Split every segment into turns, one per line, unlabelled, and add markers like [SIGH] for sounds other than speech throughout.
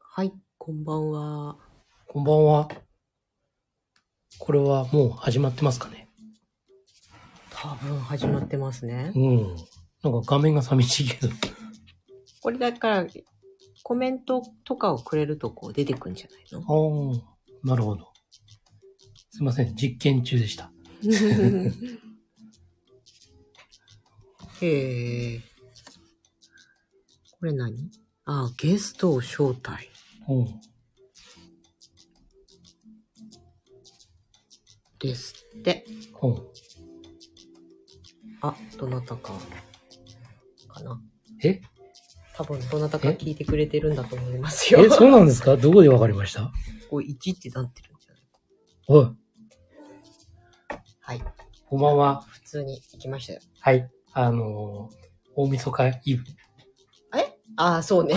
はい、こんばんは。
こんばんは。これはもう始まってますかね
多分始まってますね。
うん。なんか画面が寂しいけど。
これだから、コメントとかをくれるとこう出てくんじゃない
[LAUGHS]
の
ああ、なるほど。すいません。実験中でした。
へえ。これ何あ、ゲストを招待。
うん。
ですって。
うん。
あ、どなたか。かな。
え
多分どなたか
え
聞いてくれてるんだと思いますよ。
え、そうなんですかどこでわかりました
こう1ってなってるんじゃない
おい、
はい。
こんばんは。
普通に行きましたよ。
はい。あのー大晦日イブ。
ああ、そうね。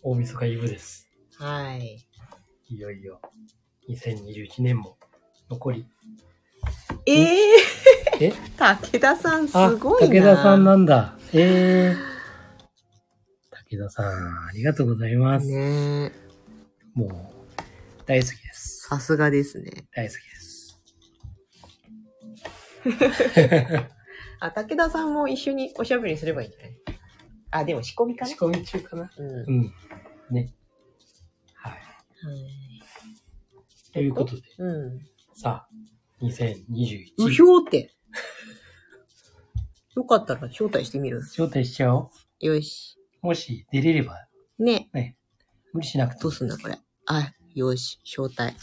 大晦日イブです。
はい。
いよいよ、2021年も残り。
ええ
え
武田さんす
あ、
ごいな。
武田さんなんだ。ええ武田さん、ありがとうございます。
ねえ
もう、大好きです。
さすがですね。
大好きです。
あ、武田さんも一緒におしゃべりすればいいんじゃないあ、でも仕込みかな
仕。込み中かな
うん。は
うん。ね。はい。
い。
ということで、
うん。
さあ、2021。
無表って。 [LAUGHS] よかったら招待してみる
招待しちゃお
よし。
う。もし出れれば、
ね。
ね、無理しなくて
ど
も
うすんだこれ。あ、よし。招待。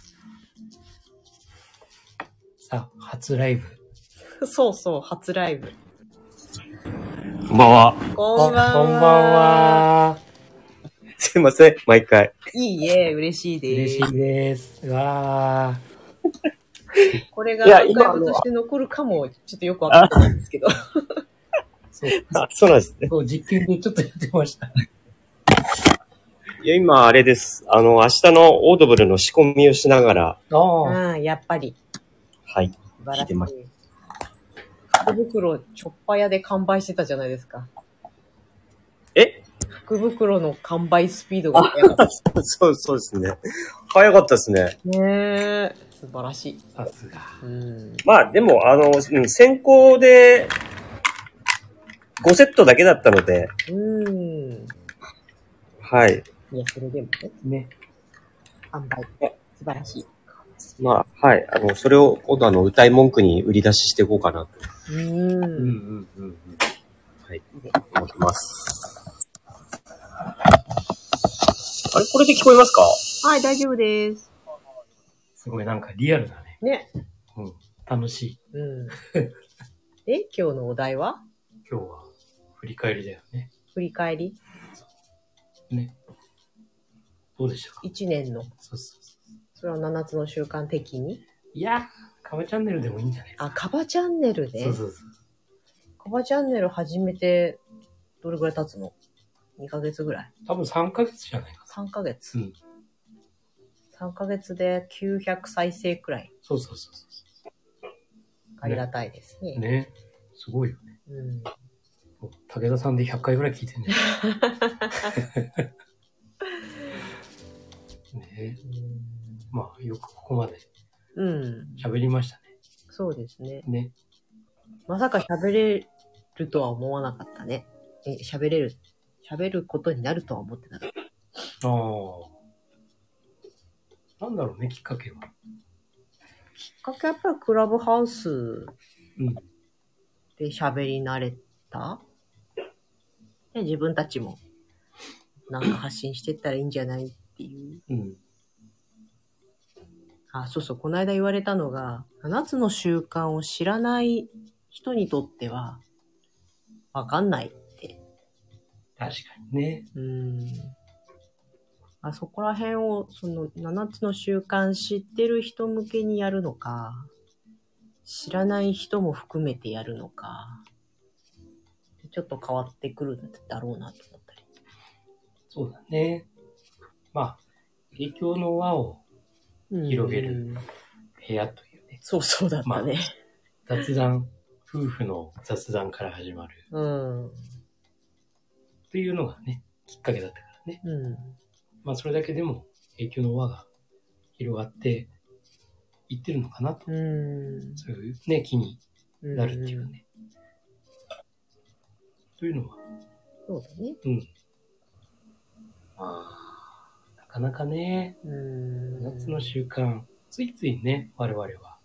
さあ、初ライブ。
[LAUGHS] そうそう。初ライブ。
こんばんは。
こんばんは。
こんばん。は。
すいません、毎回。
いいえ、嬉しいです。
嬉しいです。うわ
これが
いや
アーカイブとして残るかも、ちょっとよくわかってないんですけど。
ー [LAUGHS] そう、
あ、そうなんですね。
そう、実験でちょっとやってました。
いや、今、あれです。あの、明日のオードブルの仕込みをしながら、
ああ、
うん、やっぱり。
はい。
素晴
聞
ら
い
して
ま
い。福袋、チョッパ屋で完売してたじゃないですか。
え
福袋の完売スピードが速かった。
そう、そうですね。早かったですね。
ねえ。素晴らしい。
さすが。
うん。
まあ、でも、あの、うん先行で、5セットだけだったので、
うん。
はい。
いや、それでもね、
ね。
完売。素晴らしい。
まあ、はい。あの、それを、今度あの、歌い文句に売り出ししていこうかなと
う
うん
ん。
うんうんうん。
思ってます。あれこれで聞こえますか
はい、大丈夫です。
すごい、なんかリアルだね。
ね。
うん。楽しい。
うん。え、今日のお題は
今日は、振り返りだよね。
振り返り
ね。どうでしたか
?1 年の。
そうそうそ
それは7つの習慣的に
う。いや、カバチャンネルでもいいんじゃない
あ、カバチャンネルね。
そうそうそう。
カバチャンネル始めて、どれぐらい経つの ?2 ヶ月ぐらい
多分3ヶ月じゃないか
?3 ヶ月
な。うん。
?3 ヶ月で900再生くらい。
そうそうそうそ
ありがたいですね。
う。ね。すごいよね。
うん。
もう武田さんで100回ぐらい聞いてんね。 [LAUGHS] ねまあ、よくここまで
うん。
喋りました
そうですね。
ね。ね。
まさか喋れるとは思わなかったね。え、喋れる。喋ることになるとは思ってなかった。
ああ。なんだろうね、きっかけは。
きっかけはやっぱりクラブハウス
うん。
で喋り慣れたで自分たちもなんか発信してったらいいんじゃないっていう。
うん。
あ、そうそう、この間言われたのが、7つの習慣を知らない人にとっては、わかんないって。
確かにね。
うん。あそこら辺を、その7つの習慣知ってる人向けにやるのか、知らない人も含めてやるのか、ちょっと変わってくるんだろうなと思ったり。
そうだね。まあ、影響の輪を
うん
広げる。部屋というね。
そうそうだったね。
雑談、夫婦の雑談から始まる
うん。
というのがね、きっかけだったからね。
うん。
まあそれだけでも影響の輪が広がっていってるのかなと。
うん。
そういうね、気に
うん
なるっていう。ね。というのは、
そうだね。
うん。まあ、なかなかね、
うん。
夏の習慣、ついついね、我々は、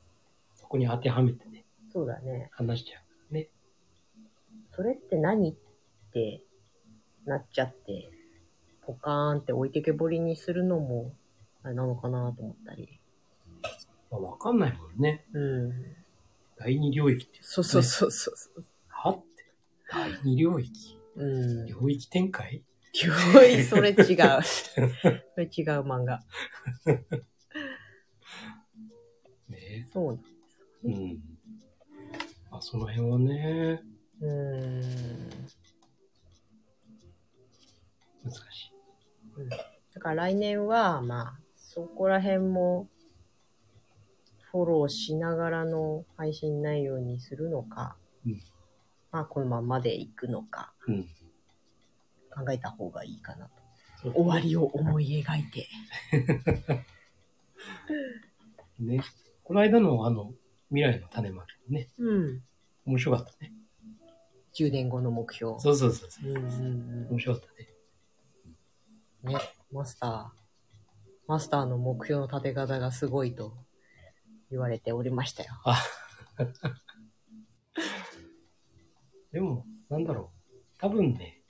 そこに当てはめてね、
そうだね。
話しちゃう。ね。
それって何ってなっちゃって、ポカーンって置いてけぼりにするのも、あれなのかなと思ったり。
まあ、わかんないもんね。
うん。
第二領域って、
そうそうそうそう。
はって。第二領域。
うん。
領域展開
おい、それ違う。それ違う漫画。
ね。
そうな。
うん。まあ、その辺はね、
うーん。
難し
だから来年は、まあ、そこら辺も、フォローしながらの配信内容にするのか、
うん
まあ、このままでいくのか、
い。うん。
考えた方がいいかなと。
そう
終わりを思い描いて。
ね。この間のあの、未来の種まきね、
うん。
面白かったね。
10年後の目標。
そうそうそうそう
うんうんう
面白かったね。
ん。ね、マスター。マスターの目標の立て方がすごいと言われておりましたよ。
でも、なんだろう。多分ね、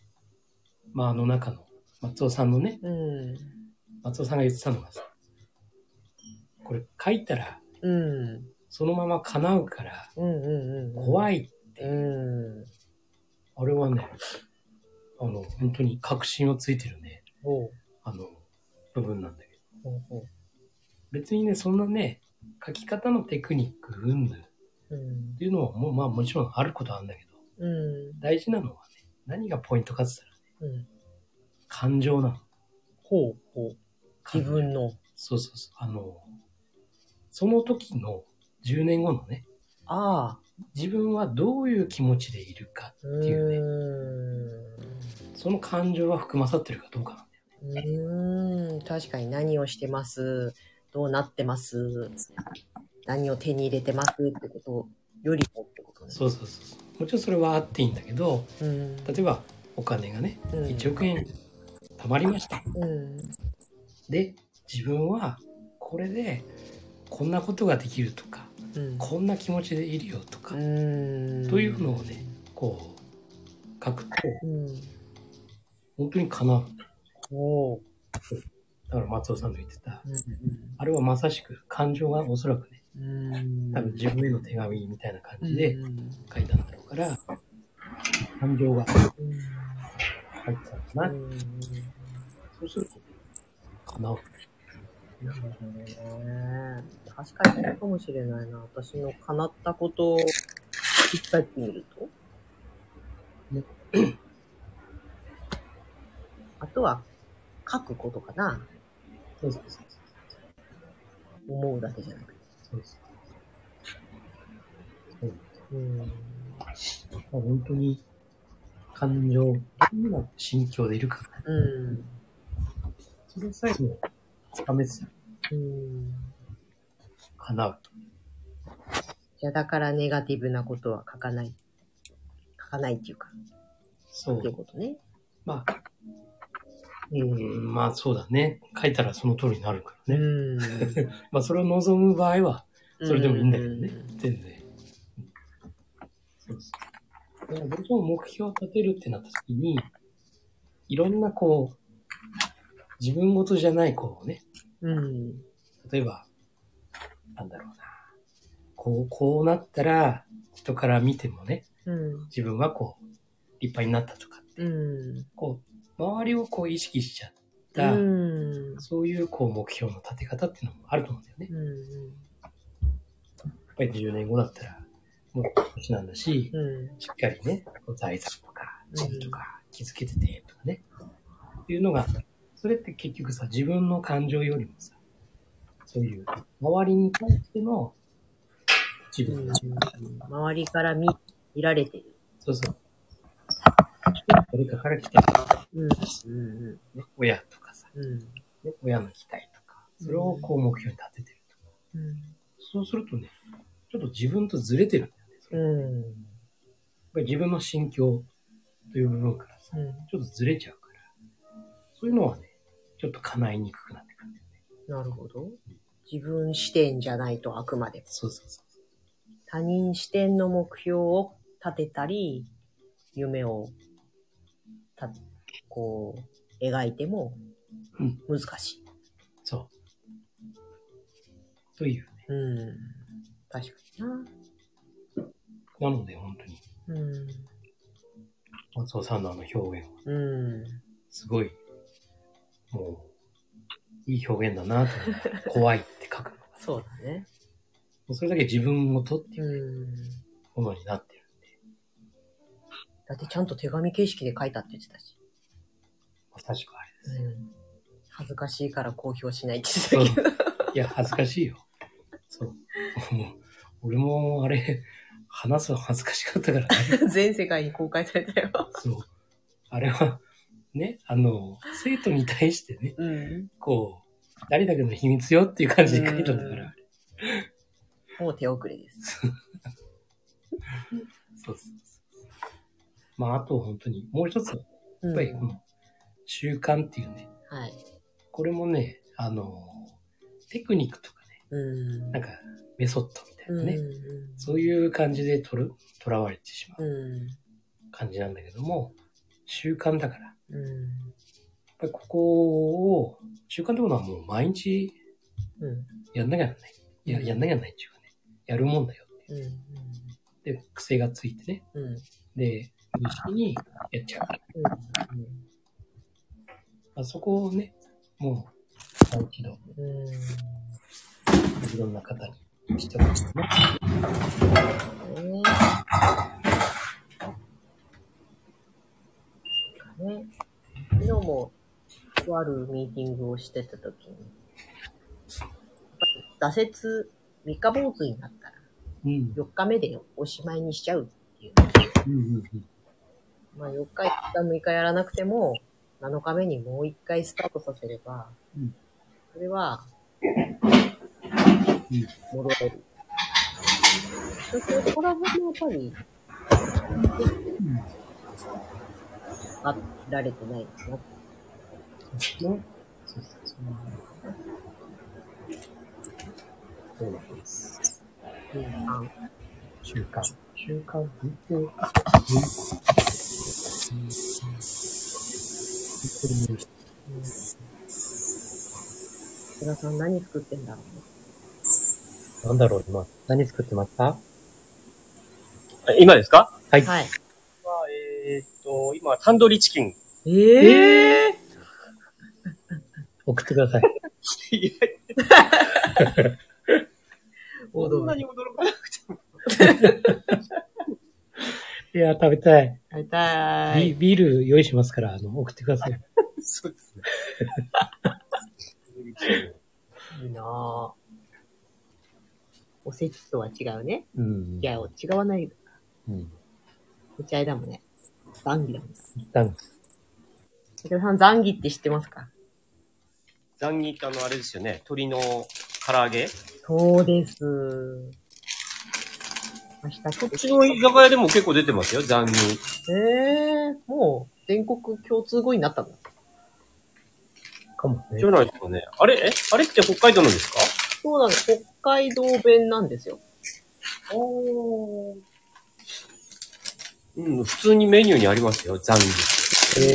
まああの中の、松尾さんのね、
うん。
松尾さんが言ってたのがさ、これ書いたら、
うん。
そのまま叶うから、
うんうんうん。
怖
い。
い。
うん。
あれはね、あの、本当に確信をついてるね、
ほう。
あの、部分なんだけど。
ほうほ
別にね、そんなね、書き方のテクニック、うんぬんっ
う。うん。
ていうのはもう、まあもちろんあることはあるんだけど、
うん。
大事なのはね、何がポイントかって言ったら、
うん。
感情なの。
ほうほう。自分の。
そうそうそう。あの、その時の10年後のね、
ああ。
自分はどういう気持ちでいるか、
う
ていうね
ー
その感情は含まさってるかどうかなんだよね。
ん。うーん。確かに何をしてます。どうなってます。何を手に入れてますってことよりもってことね。
そうそうそうそう。もちろんそれはあっていいんだけど、
うん。
例えばお金がね、
うん
1億円貯まりました。
うん。
で、自分はこれでこんなことができるとか、
うん。
こんな気持ちでいるよとか、
うん。
というのをね、こう書くと、
うん。
本当に叶う。
おう。
だから松尾さんの言ってた、
う
あれはまさしく感情がおそらくね、
ん。うん。
多分自分への手紙みたいな感じで
うん
書いたんだろうから、感情が入ってたんだな。
うん
そうすると、かなう。
なるほどね。確かにそうかもしれないな。私の叶ったことを引っ張ってみると。
ね
あとは、書くことかな。
そうそうそう。
思うだけじゃなくて。
そうです。そう
うん。
まあ本当に、感情、どんな心境でいるか、
うん。
それさえも、つかめてたら
うん。
叶う。
じゃあだからネガティブなことは書かない。書かないっていうか、
そ
っていう
う。
ことね。
まあ、うん、まあそうだね。書いたらその通りになるからね。
うん。
まあそれを望む場合は、それでもいいんだけどね
うん。
全然。そうそう。だから僕も目標を立てるってなった時に、いろんなこう、自分事じゃないこうね、
うん。
例えば、なんだろうな。こう、こうなったら、人から見てもね、
うん。
自分はこう、立派になったとか、
うん。
こう、周りをこう意識しちゃっ
う
た、
ん。
そういうこう目標の立て方っていうのもあると思うんだよね。
うん。
やっぱり10年後だったら、もう年なんだし、
うん。
しっかりね、こう財産とか、
うん
地位とか、築けてて、とかね。っていうのが、それって結局さ、自分の感情よりもさ、そういう、周りに対しての、自分の、
周りから見見られてる。
そうそう。誰かから来てる、
うん。うん
ね、親とかさ、
うん。
親の期待とか、それをこう目標に立ててるとか。そうするとね、ちょっと自分とずれてるんだよね。それやっ
うん。
ぱり自分の心境という部分からさ、
うん。
ちょっとずれちゃうから、そういうのはね、ちょっと叶いにくくなってくるんだよね。
なるほど。自分視点じゃないとあくまでも
そうそうそう。
他人視点の目標を立てたり、夢をた、こう、描いても
うん
難しい。
そう。というね。
うん。確かにな。
なので本当に、
うん。
松尾さんのあの表現は、
うん。
すごい、もう、いい表現だなと思って、怖いって [LAUGHS] 書くのが。
そうだね。
もうそれだけ自分をとっていう
うん。
ものになってる。
だってちゃんと手紙形式で書いたって言ってたし。
まさしくあれです。
うん。恥ずかしいから公表しないって
う
言
ん
ってたけど。
いや、恥ずかしいよ。そう。もう俺も、あれ、話すの恥ずかしかったからね。
全世界に公開されたよ。
そう。あれは、ね、あの、生徒に対してね、
うん。
こう、誰だけの秘密よっていう感じで書いたんだか
うん
ら。
もう手遅れです。
そうそうそう。まあ、あと本当に、もう一つ、や
うん
っぱりこの、習慣っていうね、
はい。
これもね、あの、テクニックとかね、
うん。
なんか、メソッドみたいなね、
うん。
そういう感じでとる、とらわれてしまう
うん。
感じなんだけども、習慣だから、やっ
うん。
ぱりここを、習慣ってことはもう毎日
うん。
やんなきゃならない。いや、
うん
やんなきゃならないっていうかね、やるもんだよっ
うん。
て。で、癖がついてね、
うん。うん。
で、無意識にやっちゃう。まあ、そこをね、もう、もう一度、
うん。
いろんな方にしてほしいね。
うん。ね。ね。昨日も、とあるミーティングをしてた時に、やっぱり挫折、三日坊主になったら、
うん。
4日目でおしまいにしちゃうっていう。
うんうん
まあ、4日、1日、6日やらなくても、7日目にもう1回スタートさせれば、
うん
それは、戻れる。そして、これはもやっぱり、
うん。
あられてないですね。
ね。そうそうそう。そうなんです。
うんあ
習慣。習慣って、うん。うん
うん。寺さん何作ってんだろ
なんだろう、今。何作ってますか
あ今ですか
う
はい
ね。はい。
はえーっと、今、タンドリーチキン。
ええ
送ってください。
いや、
ー、
そんな
踊
に驚かなくても。
いや、食べたい。
り。た
ビ
い。
ビール用意しますから、あの、送ってください。
そうですね。タンドリーチキン
いいなぁ。おせちとは違うね。
うん
いや、違わない。
うん。
うちあれだもんね。ザンギだもんね。
一旦、
武田さん、ザンギって知ってますか
ザンギってあの、あれですよね。鶏の唐揚げ。
そうです。明日ちょっ
う
と
ちの居酒屋でも結構出てますよ、ザンギ。
えー、もう全国共通語になったんだ。
かもね
じゃ。ないですかね。あれえあれって北海道のですか
そうなんです。北海道弁なんですよ。
おうん、普通にメニューにありますよ、ザンギ。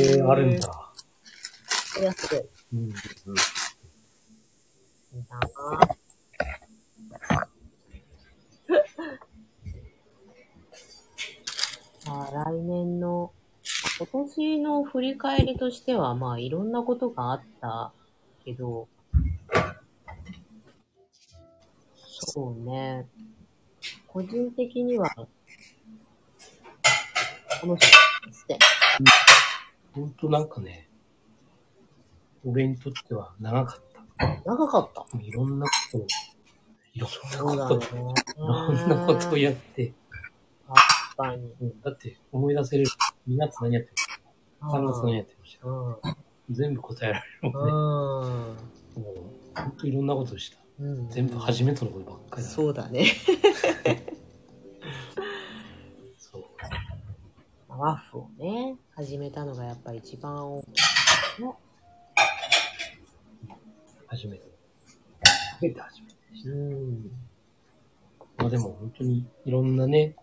えー、あるんだ。
それはすごい。
うん。
いいなぁ。 [LAUGHS] まあ、来年の、今年の振り返りとしては、まあ、いろんなことがあったけど、そうね。個人的には、楽しいですね。
ほんとなんかね、俺にとっては長かった。
長かった。
いろんなことを、いろ
そ
ん
う
な
だ
こと
ね
を、い。 [LAUGHS] ろんなことをやって、
確かに。
うんだって思い出せる。2月何やってました ?3 月何やってました
うん。
全部答えられるもんね。
う
もうほんといろんなことした。
うん
全部初めてのことばっかりだ
そうだね。
そう
ワッフをね、始めたのがやっぱ一番大きいの。
初めて。初めて初めて。
うん。
まあでも本当にいろんなね、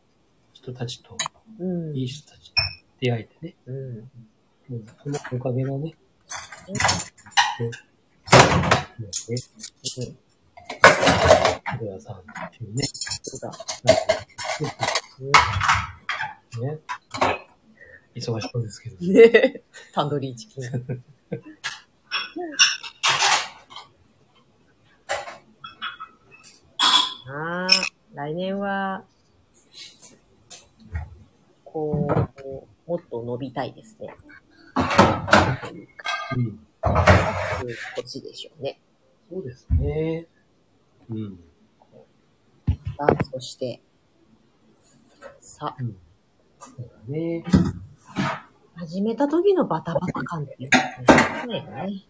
人たちと、
うん。
いい人たちと出会えてね、
うん。
もうそのおかげだね。ね、ね、
うん。
小屋さんっていうね、
そうだ。
なんか
うん
ね、忙しそうですけど、
ねタンドリーチキン。ああ、来年は、こう、もっと伸びたいです
[LAUGHS]
ね。
うん、
そういう年でしょうね。
そうですね。うん。
ダンスとして。さ、
うん。そうだね。
始めた時のバタバタ感っていうのはね。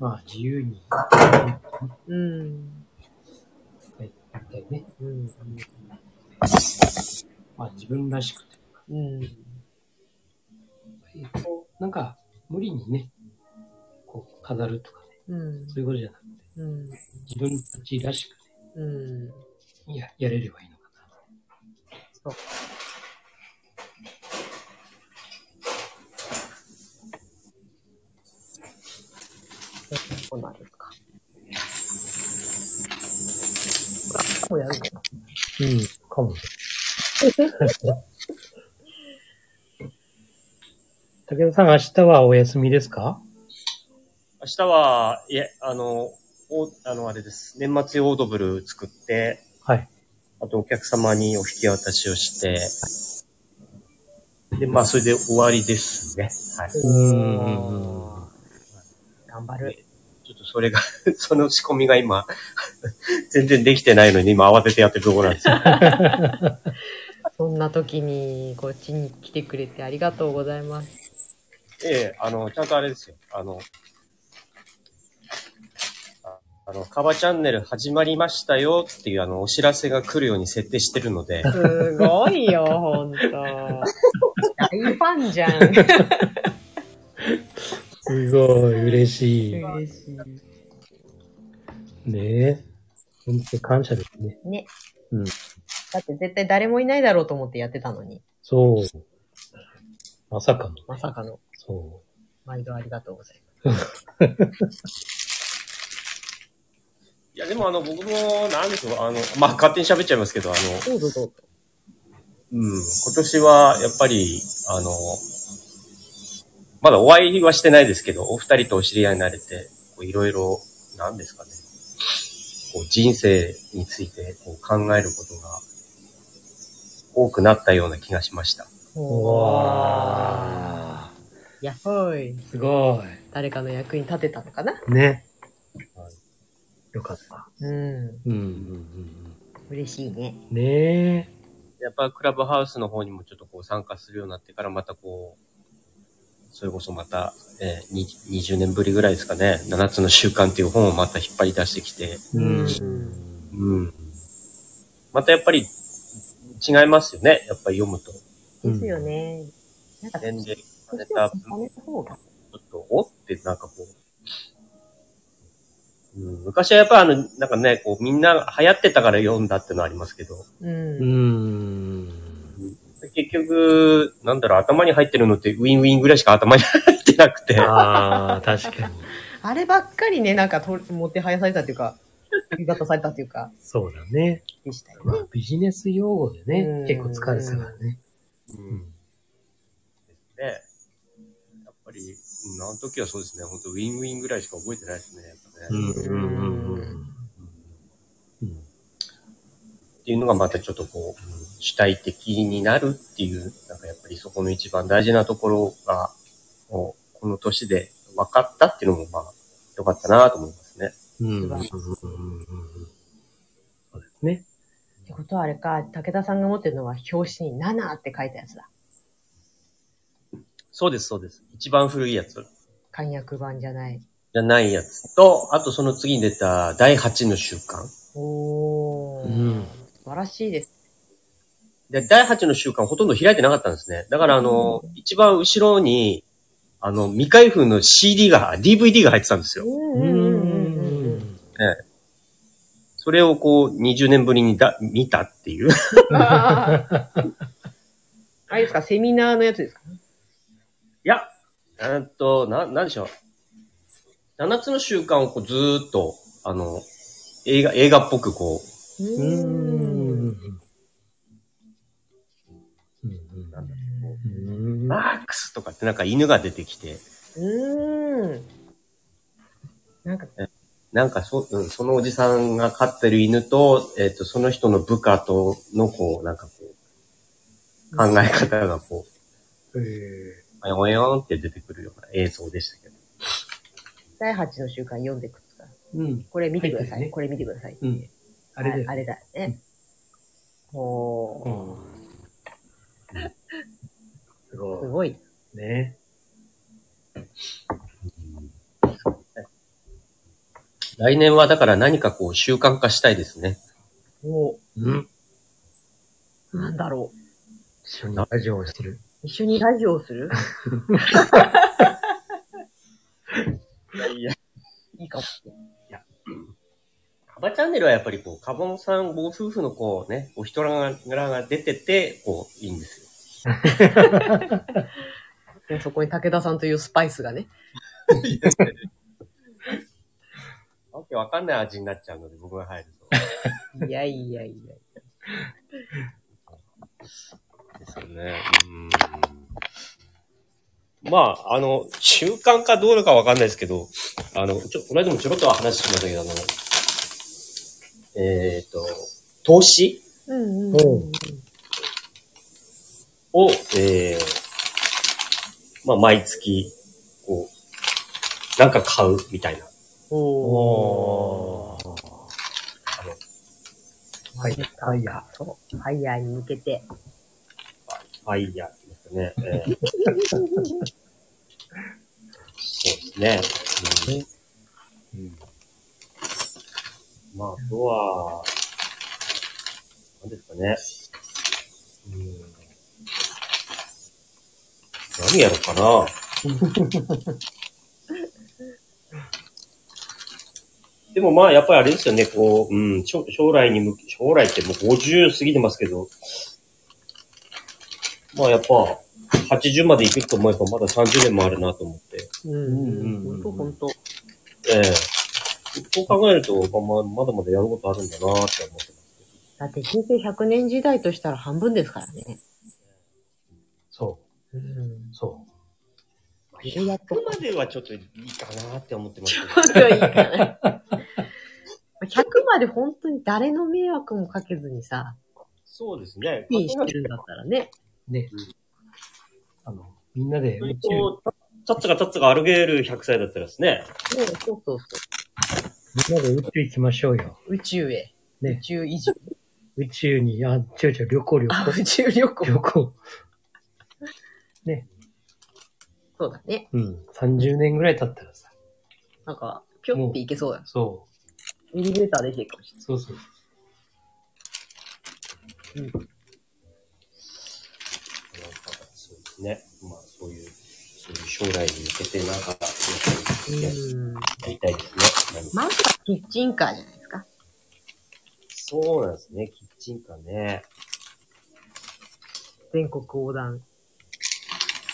まあ、自由に、
うん。
はい、やりたいね。
うん。
まあ、自分らしくて。
うん。
こうなんか、無理にね、こう、飾るとかね、
うん。
そういうことじゃなくて、
うん。
自分たちらしく
うん。
て、いや、やれればいいのかな。
そう。こうなるか。こうやるのか。
うん、か [LAUGHS] も。武田さん、明日はお休みですか
明日は、いえ、あの、お、あの、あれです。年末用オードブル作って、
はい。
あとお客様にお引き渡しをして、で、まあ、それで終わりですね。はい。
うん
頑張る。
ちょっとそれが、 [LAUGHS] その仕込みが今、 [LAUGHS] 全然できてないのに今慌ててやってるところなんですよ。
そんな時にこっちに来てくれてありがとうございます。
ええ、あの、ちゃんとあれですよ。あの、ああの、カバチャンネル始まりましたよっていうあの、お知らせが来るように設定してるので、
すごいよ、ほんと。大ファンじゃん。
すごい、嬉しい。
嬉しい。
ねえ。本当感謝ですね。
ね。
うん。
だって絶対誰もいないだろうと思ってやってたのに。
そう。まさかの。
まさかの。
そ
毎度ありがとうございま
いや、でもあの、僕も、なんでしょう、あの、まあ、勝手に喋っちゃいますけど、あの、
す。どうぞどうぞ。
うん、今年は、やっぱり、あの、まだお会いはしてないですけど、お二人とお知り合いになれて、こういろいろ、なんですかね、こう人生についてこう考えることが多くなったような気がしました。
う。ー
やっほい。
すご。
誰かの役に立てたのかない
ね
はい。
よかった。
うん。
うん、うん、うん。
嬉しいね。
ね
やっぱクラブハウスの方にもちょっとこう参加するようになってからまたこう、それこそまた、えーに20年ぶりぐらいですかね、7つの習慣っていう本をまた引っ張り出してきて、
え。
うん
うん。またやっぱり違いますよね。やっぱり読むと。
うん
ですよね。なんか、
年齢重ね
年
た
を
分、ち
重ねた方が。
ょっと、おってなんかこう。うん、昔はやっぱあの、なんかね、こうみんな流行ってたから読んだってのはありますけど、
うん。
うん。
結局、なんだろう、頭に入ってるのってウィンウィンぐらいしか頭に入ってなくて。
ああ、確かに。
あればっかりね、なんかと、持ってはやされたっていうか、 [LAUGHS] 言い方されたっていうか、
そうだね。
でしたよね。
まあ、ビジネス用語で
う
ね
ん、
結構使われてたからね。
うん。ですね。やっぱり、うんあの時はそうですね、本当ウィンウィンぐらいしか覚えてないですね、やっぱ
うん、
ね。
うん、うん。うん
っていうのがまたちょっとこう、主体的になるっていう、なんかやっぱりそこの一番大事なところが、もうこの年で分かったっていうのもまあ、良かったなと思いますね。
うんうんうんうんうんそうですね。
ってことはあれか、武田さんが持ってるのは表紙に7って書いたやつだ。
そうです、そうです。一番古いやつ。
簡約版じゃない。
じゃないやつと、あとその次に出た第8の習慣。
おー。
うん
素晴らしいです。
で、第8の習慣ほとんど開いてなかったんですね。だからあの、一番後ろに、あの、未開封の CD が、DVD が入ってたんですよ。
ん
うん。
それをこう、20年ぶりにだ見たっていう。 [LAUGHS]
あーあれですか、セミナーのやつですか
いや、えーっと、な、なんでしょう。7つの習慣をこうずーっと、あの、映画、映画っぽく
う
こ
うんうん。うん
う、なんだろ
うん
う。マックスとかってなんか犬が出てきて、
うーん。なんか、
なんかそ、うん、そのおじさんが飼ってる犬と、えーっと、その人の部下とのこう、なんかこう、考え方がこう、
えー
およんおよんって出てくるような映像でしたけど。
第8の習慣読んでください。
うん。
これ見てくださ
入
い。
ってるね
これ見てください。
うん。あれだよ。
あれだね。お
う
ー、
んすご
すごい。
い。ね。
来年はだから何かこう習慣化したいですね。
お
うん。
ー、なんだろう。
一緒にラジオをしてる。
一緒にラジオをする
いやいや。
いいかもしれない。
カバチャンネルはやっぱりこう、カボンさんご夫婦のこうね、お人柄が出てて、こう、いいんですよ。
でもそこに武田さんというスパイスがね。
わけわかんない味になっちゃうので、僕が入ると。
いやいやいや。
ですよね。うん。まあ、あの、習慣かどうかわかんないですけど、あの、ちょ、この間もちょろっとは話しましたけど、あの、えっ、と、投資
うんうん
うんうん
を、えー、まあ、毎月、こう、なんか買うみたいな。
おー。
はい。はい、や。
そう。ファイヤーに向けて。
ファイヤーですかね。えーそうですね。
うん。
うん、まあ、あとは、何ですかね。うん、何やろうかな。でもまあ、やっぱりあれですよね、こう、うん、ちょ将来に向け、将来ってもう50過ぎてますけど、まあやっぱ、80まで生きると思えばまだ30年もあるなと思って。
うんうん
うんうんうん
ほんとほんと。
ええそう考えると、まあ、まだまだやることあるんだなって思ってます。
だって人生100年時代としたら半分ですからね。
そ
うん
う、。そう。
いやっと
こ
[LAUGHS]
こまではちょっといいかなって思ってますけど。
本当はいいかな。100まで本当に誰の迷惑もかけずにさ、
そうですね。
ピンしてるんだったらね。
ね
うん。
あの、みんなで宇
割
宙、
とタッツがタッツが歩ける100歳だったらですね。
そうそうそうそ
みんなで宇宙行きましょうよ。
う。宇宙へ。
ね
宇宙移住。
宇宙に、あ、違う違う、旅行旅
あ、
行。
宇宙旅行。
旅行。
そうだね。
うん。30年ぐらい経ったらさ。
なんか、ぴょっていけそうだ。
そ
エレベーターできるかもし
う。そうそう。
そうですね。まあ、そういう、そういう将来に向けてなんか、
れ
や
ない。うん。
りたいですね。
まずはキッチンカーじゃないですか。
そうなんですね。キッチンカーね。
全国横断。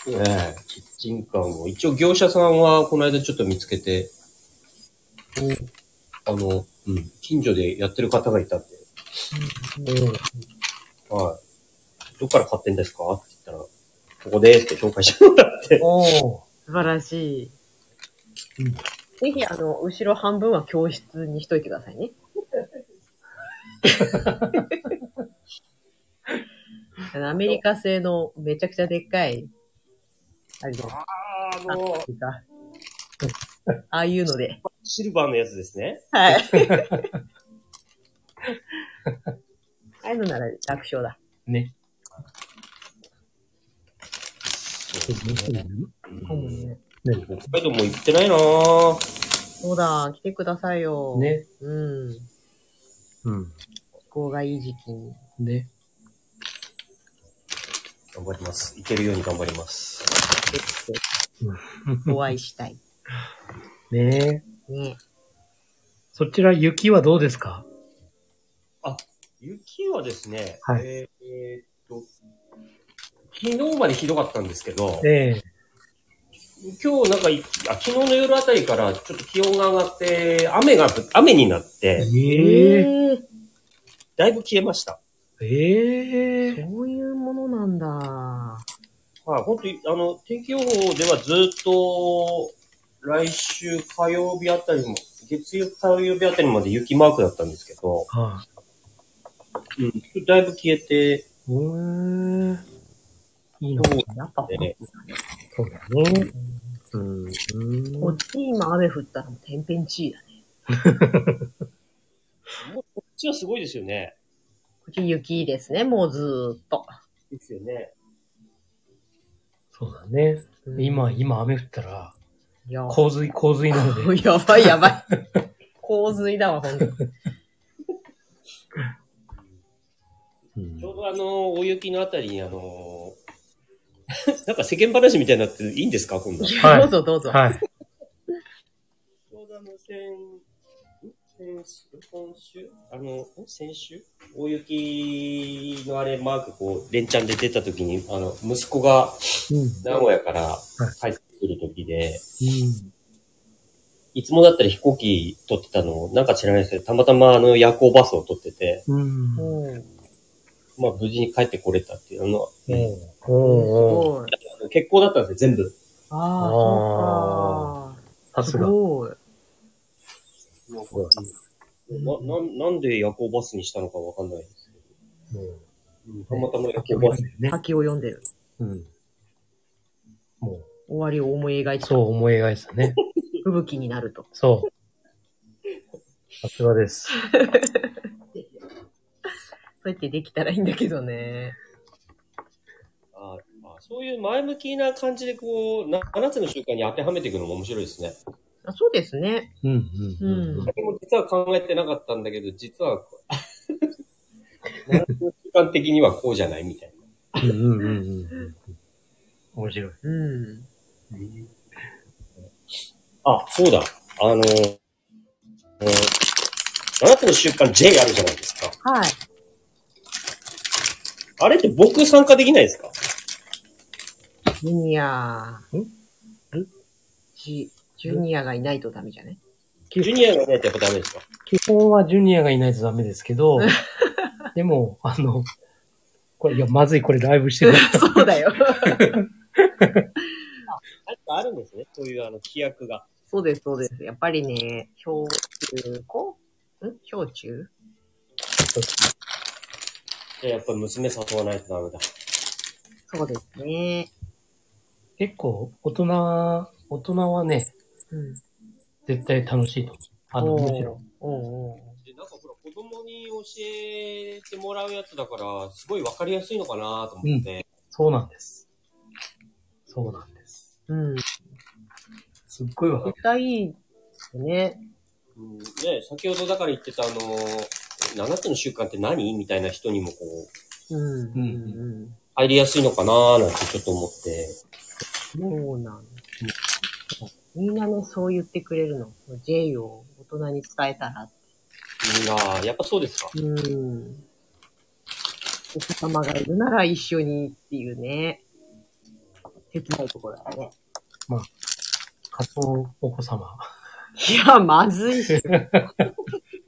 ええキッチンカーも、一応業者さんはこの間ちょっと見つけて、あの、うん、近所でやってる方がいたんで、はい。どっから買ってんですかって言ったら、ここですって紹介してもらって。
おお
素晴らしい。
うん
ぜひ、あの、後ろ半分は教室にしといてくださ
[LAUGHS]
いね。あのアメリカ製のめちゃくちゃでっかい、あれじゃない
ああ、
の
もう、
ですか。ああいうので。
シルバーのやつですね。
[LAUGHS]
はい。ああいうのなら楽勝だ。
ね。
そうですね。
そうね。
何
北海道も行ってないなぁ。
そうだ、来てくださいよ。。
ね。
うん。
うん。
気候がいい時期に。
ね。
頑張ります。行けるように頑張ります。
お会いしたい。
ね
ね。
そちら雪はどうですか
雪はですね、
はい
えーえーっと、昨日までひどかったんですけど、
ええ
今日なんかいあ、昨日の夜あたりからちょっと気温が上がって、雨が、雨になって、
ええ
えー
だいぶ消えました。
ええ
そういうものなんだ。
まあ、本当に、あの、天気予報ではずっと、来週火曜日あたりも、月曜、火曜日あたりまで雪マークだったんですけど、
は
うん、だいぶ消えて、
い。うん。いいな。
やっぱ、
ね
そうだね。うん。うん
こっち今雨降ったらもう天変地異だね。
もうこっちはすごいですよね。
こっち雪ですね、もうずーっと。
ですよね。
そうだね。今、今雨降ったら、
いや、
洪水、洪水なので。
[LAUGHS] やばいやばい。洪水だわ、ほんと。
[LAUGHS] うん
ちょうどあの、大雪のあたりにあの、 [LAUGHS] なんか世間話みたいになっていいんですか今度。ち
はい
どうぞどうぞ。
はい。
ょうどあの、先、ん先週、今週あの、ん先週大雪のあれ、マーク、こう、連チャンで出た時に、あの、息子が
うん。
名古屋から帰ってくる時で、
うん。
いつもだったら飛行機撮ってたのを、なんか知らないですけど、たまたまあの、夜行バスを撮ってて、
うん。お
おー
まあ、無事に帰ってこれたっていう、あの、
ー
す
おー
ごい。
あの欠航だったんですよ、全部。
ああ、そうか。
さす
す
が。
ごい。
なんか
ほら
な、なん、なんで夜行バスにしたのかわかんないですけ
も
ど。たまたま夜
う
行バス。
ね。
先を読んでる。
うん。も、
終わりを思い描いうて、
そう思い描いてた [LAUGHS] ね。
吹雪になると。
そう。さすがです。
そうやってできたらいいんだけどね。
ああそういう前向きな感じでこう、な7つの習慣に当てはめていくのも面白いですね。
あそうですね。
うんうん
うん
うん。
僕も実は考えてなかったんだけど、実は [LAUGHS] こう、7つの習慣的にはこうじゃないみたいな。
うんうんうんうん。面白い。
うん。
あ、そうだ。あの、えー、7つの習慣 J あるじゃないですか。
はい。
あれって僕参加できないですか
ジュニア。
ん
んジ、ジュニアがいないとダメじゃね
ジュニアがないとやっぱダメですか
基本はジュニアがいないとダメですけど、でも、あの、これ、いや、まずい、これライブし
[LAUGHS]
てる。
そうだよ。
ああるんですね。そういうあの、規約が。
そうです、そうです。やっぱりね、小中高ん小中
じゃあやっぱり娘誘わないとダメだ。
そうですね。
結構、大人は、大人はね、
うん。
絶対楽しいと思う。あの、むしろ。
おうおう
で、なんかほら、子供に教えてもらうやつだから、すごいわかりやすいのかなと思って、
そうなんです。そうなんです。
うん。絶
すっごいわかる。
対いいですね。
うんで、先ほどだから言ってたあの、7つの習慣って何みたいな人にもこう、
うん。
う
う
ん
ん。
入りやすいのかななんてちょっと思って、
そうなんです。みんなね、そう言ってくれるの。J を大人に伝えたら。
みんな、やっぱそうですか。
うん。お子様がいるなら一緒にっていうね。切ないところだね。
仮想お子様。
いや、まずいっ [LAUGHS] すよ。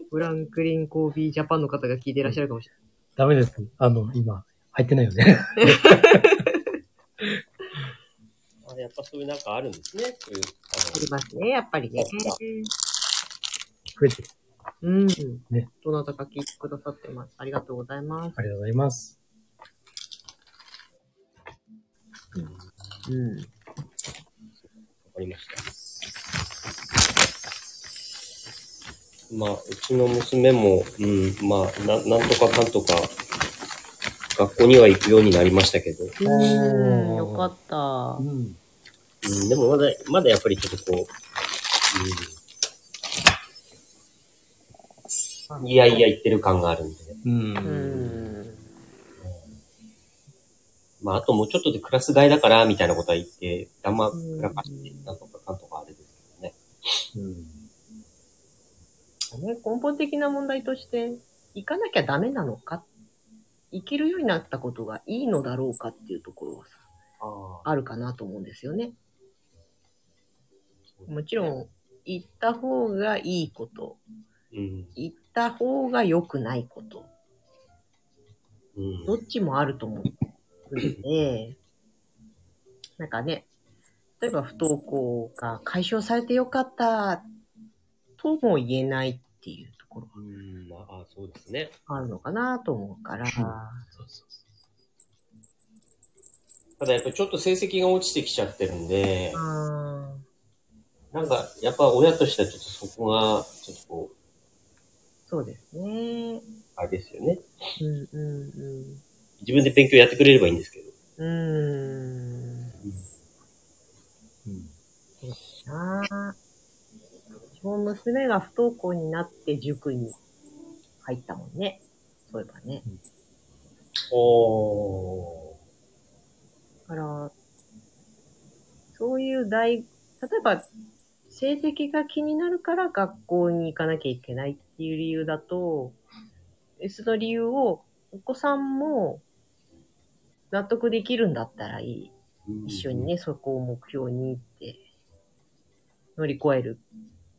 フランクリン・コービー・ジャパンの方が聞いてらっしゃるかもしれ
ダメです。あの、今、入ってないよね。 [LAUGHS]
あやっぱそういうなんかあるんですね。そういう、
ない。ありますね、やっぱりね。
増えてる。
うん。
ね
どなたか聞いてくださってます。ありがとうございま
ありがとうございます。
す。うん。
あの、わかりました。まあ、うちの娘も、うん、まあ、ななんとかかんとか、学校には行くようになりましたけど、
うん、よかった。
ん。
うん、でもまだ、まだやっぱりちょっとこう、うん、いやいや言ってる感があるんで。
うん。
うん。
まあ、あともうちょっとでクラス替えだから、みたいなことは言って、あんまクラかして、なんとかかんとかあれですけどね。
うん。
ね、根本的な問題として、行かなきゃダメなのか行けるようになったことがいいのだろうかっていうところはさ、
ああ。
あるかなと思うんですよね。もちろん、行った方がいいこと、
うん。
行った方が良くないこと、
うん。
どっちもあると思うので、なんかね、例えば不登校が解消されてよかったとも言えないっていうところ
うん、まあ、そうですね。
があるのかなと思うから、
そうそうそ
ただやっぱりちょっと成績が落ちてきちゃってるんで、
あー
なんか、やっぱ親としてはちょっとそこが、ちょっとこう、
そうですね。
あれですよね。
うんうん
自分で勉強やってくれればいいんですけど。
うん。う
う。うん。
ーん。なあ。私も娘が不登校になって塾に入ったもんね。そういえばね。
お
だから、そういう大、例えば、成績が気になるから学校に行かなきゃいけないっていう理由だと、その理由をお子さんも納得できるんだったらいい。
ー
一緒に。ね、そこを目標にって乗り越える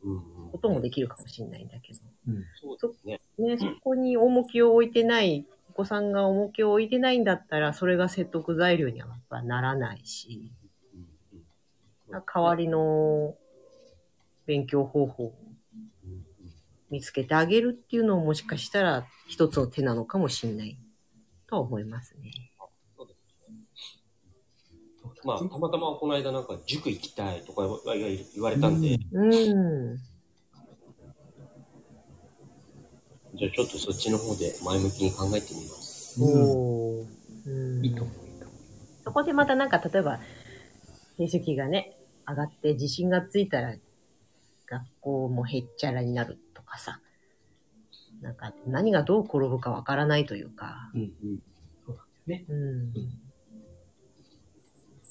うんうん
こともできるかもしれないんだけ
うん。
そうですね。
ど、ね、そこに重きを置いてない、お子さんが重きを置いてないんだったら、それが説得材料にはやっぱならないし、
うんうん
代わりの勉強方法を
うんうん
見つけてあげるっていうのももしかしたら一つの手なのかもしれないとは思いますね。
そうですね。まあ、たまたまこの間なんか塾行きたいとか言われたんで、
うん。
じゃあちょっとそっちの方で前向きに考えてみます。
うん。
おーうん
いいと思う、いいと思
そこでまたなんか、例えば、成績がね、上がって自信がついたら、学校もへっちゃらになるとかさ、なんか、何がどう転ぶかわからないというか、
う。うん。うん。そうなんだよね。
うん。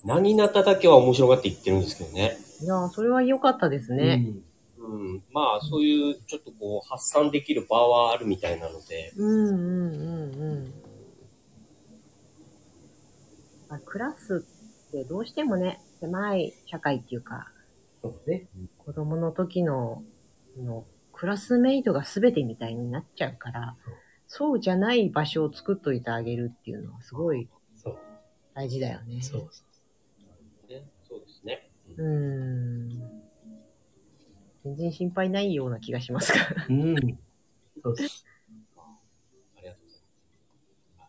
何になっただけは面白がって言ってるんですけどね。
いやーそれは良かったですね。
うん、まあ、そういうちょっとこう発散できる場はあるみたいなので、
うん、うん、うん、うん。まあクラスってどうしてもね、狭い社会っていうか、
うん。そうね。
子供の時の、のクラスメイトが全てみたいになっちゃうから
そう、
そうじゃない場所を作っといてあげるっていうのはすごい
そう。
大事だよね。
そう。そう。
ね、そうですね。
うーん。全然心配ないような気がします
[LAUGHS]
が。
うん。そうそう。
ありがとうござい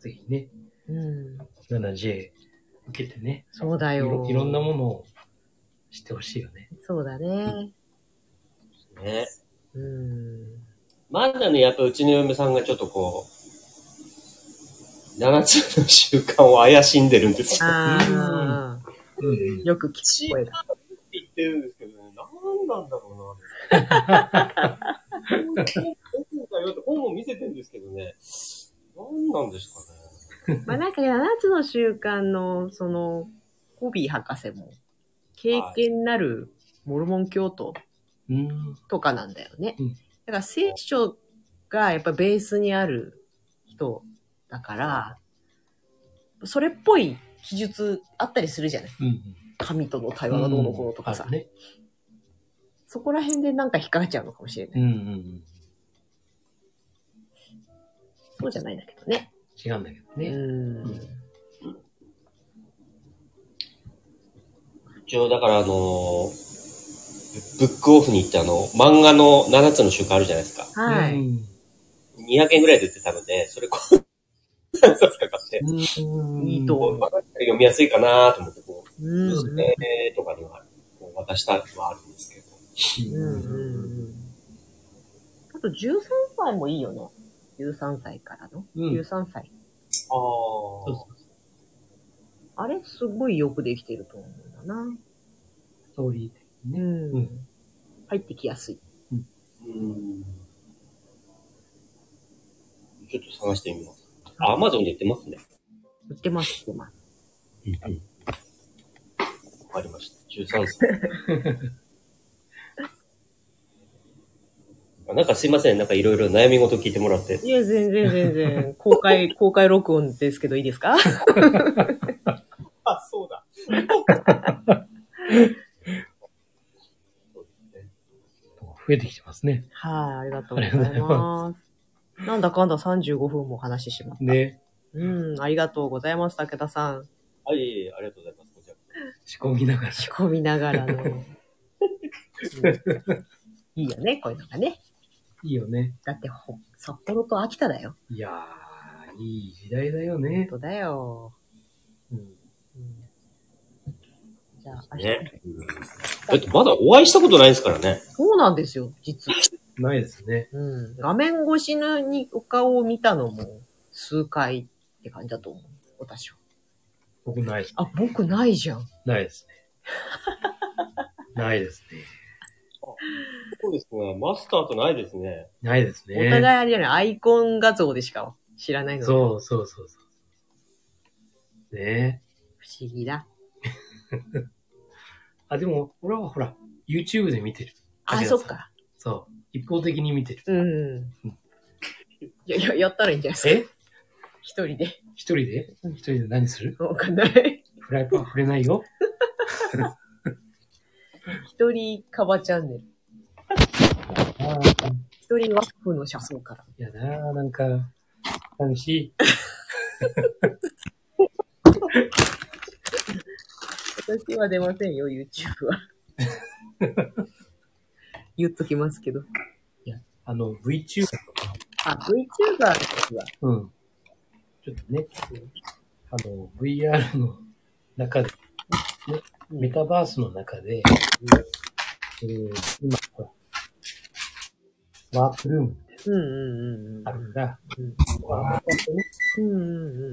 ぜひね、
うん。
7J 受けてね、
そうだ
い
よ
ろ。いろんなものを知ってほしいよね。
そうだね。
ます。ね。
うん。
まだね、やっぱうちの嫁さんがちょっとこう、7つの習慣を怪しんでるんですよ。
ああ、
うん
よく聞く声だ。
って言ってるんですけどね、何なんだろうな。本も見せてんですけどね、何なんですかね。
まあなんか7つの習慣の、その、コビー博士も、経験なるモルモン教徒
うん。うん。
とかなんだよね。
うん
だから聖書がやっぱベースにある人だから、それっぽい記述あったりするじゃない
うん。
神との対話がどうのこうのとかさ、
あるね。
そこら辺でなんか引っかかっちゃうのかもしれな
う
い。
んうんうん。
そうじゃないんだけどね。
違うんだけど
う
ね。
ん。
一応、だからあのー、ブックオフに行ってあの、漫画の7つの習慣あるじゃないですか。
はい。
うん。
200円ぐらいで売ってたので、それこう、何冊か買って、
うん
いいと思う
こう読みやすいかなと思って、こう、
うん。うん。うん
娘とかにはこう渡したのはあるんですけど。
うんうん。あと13歳もいいよね。13歳からの。
うん
13歳。
あ
そうそう
ああれ、すごいよくできてると思うんだな。
ストーリー的に
うん。
ね。うん
入ってきやすい。
うん。ちょっと探してみます。あ、アマゾンで売ってますね。
売ってます、売ってます。
うんうん。わかりました。13歳。 [LAUGHS] なんかすいません。なんかいろいろ悩み事聞いてもらって。
いや、全然全然。公開、公開録音ですけどいいです [LAUGHS] か
あ、そうだ。
増えてきてますね。
はい、ありがとうございます。なんだかんだ35分も話してしまった。
ね、
うん、ありがとうございます、武田さん。
はいえいえ、ありがとうございます。こちらこ
仕込みながら。
仕込みながらの。うんいいよね、こういうのがね。
[LAUGHS] いいよね。
だってほ、札幌と秋田だよ。
いやー、いい時代だよね。
本当だよ。
うん、
うんじゃあ、
そ
明日、
ね。うんだってまだお会いしたことないですからね。
そうなんですよ、実は。
ないですね。
うん。画面越しのにお顔を見たのも数回って感じだと思う。私は。
僕ないです。
あ、僕ないじゃん。
ないです
[LAUGHS]
ね。ないですね。
そうですね。マスターとないですね。
ないです
お
ね。
互いあれじゃない、アイコン画像でしか知らないので。不
そうそうそうそう。ねえ。
思議だ。
あ、でも、俺はほら、YouTube で見てる。
あ、
武田
そ
さ
っ
ん
か。
そう。一方的に見てる。
うん。や、や、やったらいいんじゃないですか。
え
一人で。
一人で
うん
一人で何する
わかんない。
フライパン触れな
[LAUGHS]
いよ。
一人カバチャンネル。
ああ、
一人ワッフの車窓から。
やだー、なんか、寂しい。
私は出ませんよ、YouTube は。 [LAUGHS] 言っときますけど。
あの、VTuber とか、
あ、VTuber の時は。
うん。ちょっとね、あの、VR の中で、ね、メタバースの中で、えー、今、ほら、ワープルームって
うんうんうんうん。
あるから、
うん
ワープルームね、
うんうんう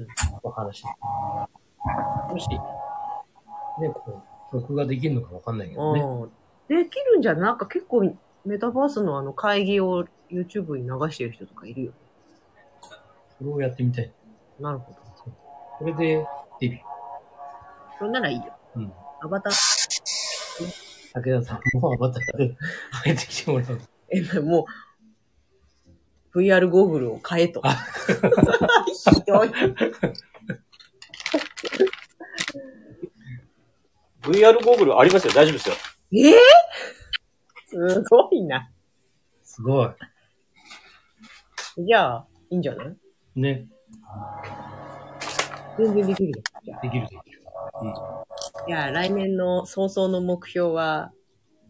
ん。
お話しもし、ね、こう、録画できるのかわかんないけどね。
ああできるんじゃないなんか結構メタバースのあの会議を YouTube に流してる人とかいるよ。
それをやってみたい。
なるほど。
それで、デビュー。
それならいいよ。
うん。
アバター、 [LAUGHS]
武田さんもまた [LAUGHS] で入ってきてもらう。
え、もう、VR ゴーグルを変えと。ひどい。
VR ゴーグルありますよ。大丈夫ですよ。
ええすごいな。
すごい。
じゃあ、いいんじゃない
ね。
全然できるよ。じゃあ
できるできる。
いや、来年の早々の目標は、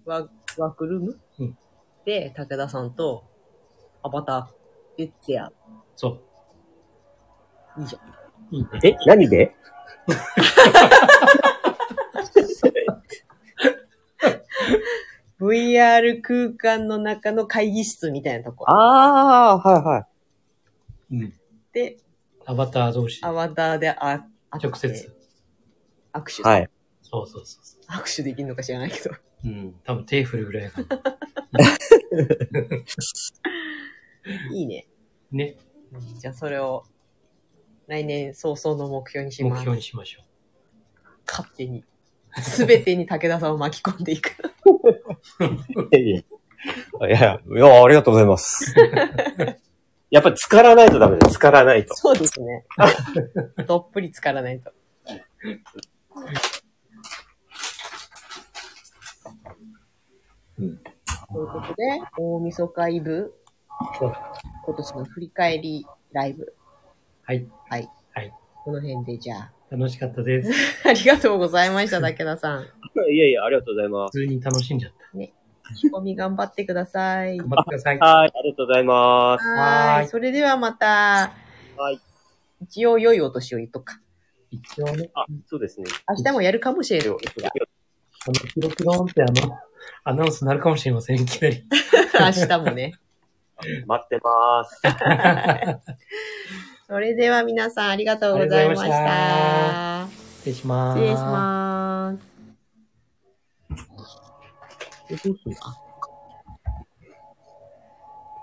ワワークルーム、
うん
で、武田さんとアバターで出会。
そう
いいじゃん。
う。いいね。
え、何で
VR 空間の中の会議室みたいなとこ
ああ、はいはい。
うん。
で、
アバター同士。
アバターであ会って
直接。
握手、
はい。
そうそうそうそ
握手できるのか知らないけど。
う。うん。多分手振るぐらいかな。
いいね。 [LAUGHS]
ね。
じゃあそれを来年早々の目標にし
目
ます。
標にしましょ
勝手に。すべてに武田さんを巻き込んでいく。
[LAUGHS] いやいや、いやいや、ありがとうございます。 [LAUGHS] やっぱり浸からないとダメだよ。浸からないと。
そうですね。 [LAUGHS] どっぷり浸からないと。
うん
ということで、大晦日イブ、
そう
今年の振り返りライブ、
はい。
はい。
はい。
この辺でじゃあ、
楽しかった
[LAUGHS]
です。
ありがとうございました、武田さん。
いやいや、ありがとうございま
普通に楽しんじゃった。
仕込み頑張ってください。
頑張ってください。
はい、ありがとうございます。
は
は
ー
ー
い。
い
それではまた、
はい。
一応良いお年を言っとくか。
一応ね、
あ、そうですね。
明日もやるかもしれない。
あの、ピロピロンってあの、アナウンスになるかもしれません。いきなり。
明日もね。
待ってます。
それでは皆さんありがとうございまし
ありがとうござ
た。
い失礼しまー
失礼します。えどうするあ、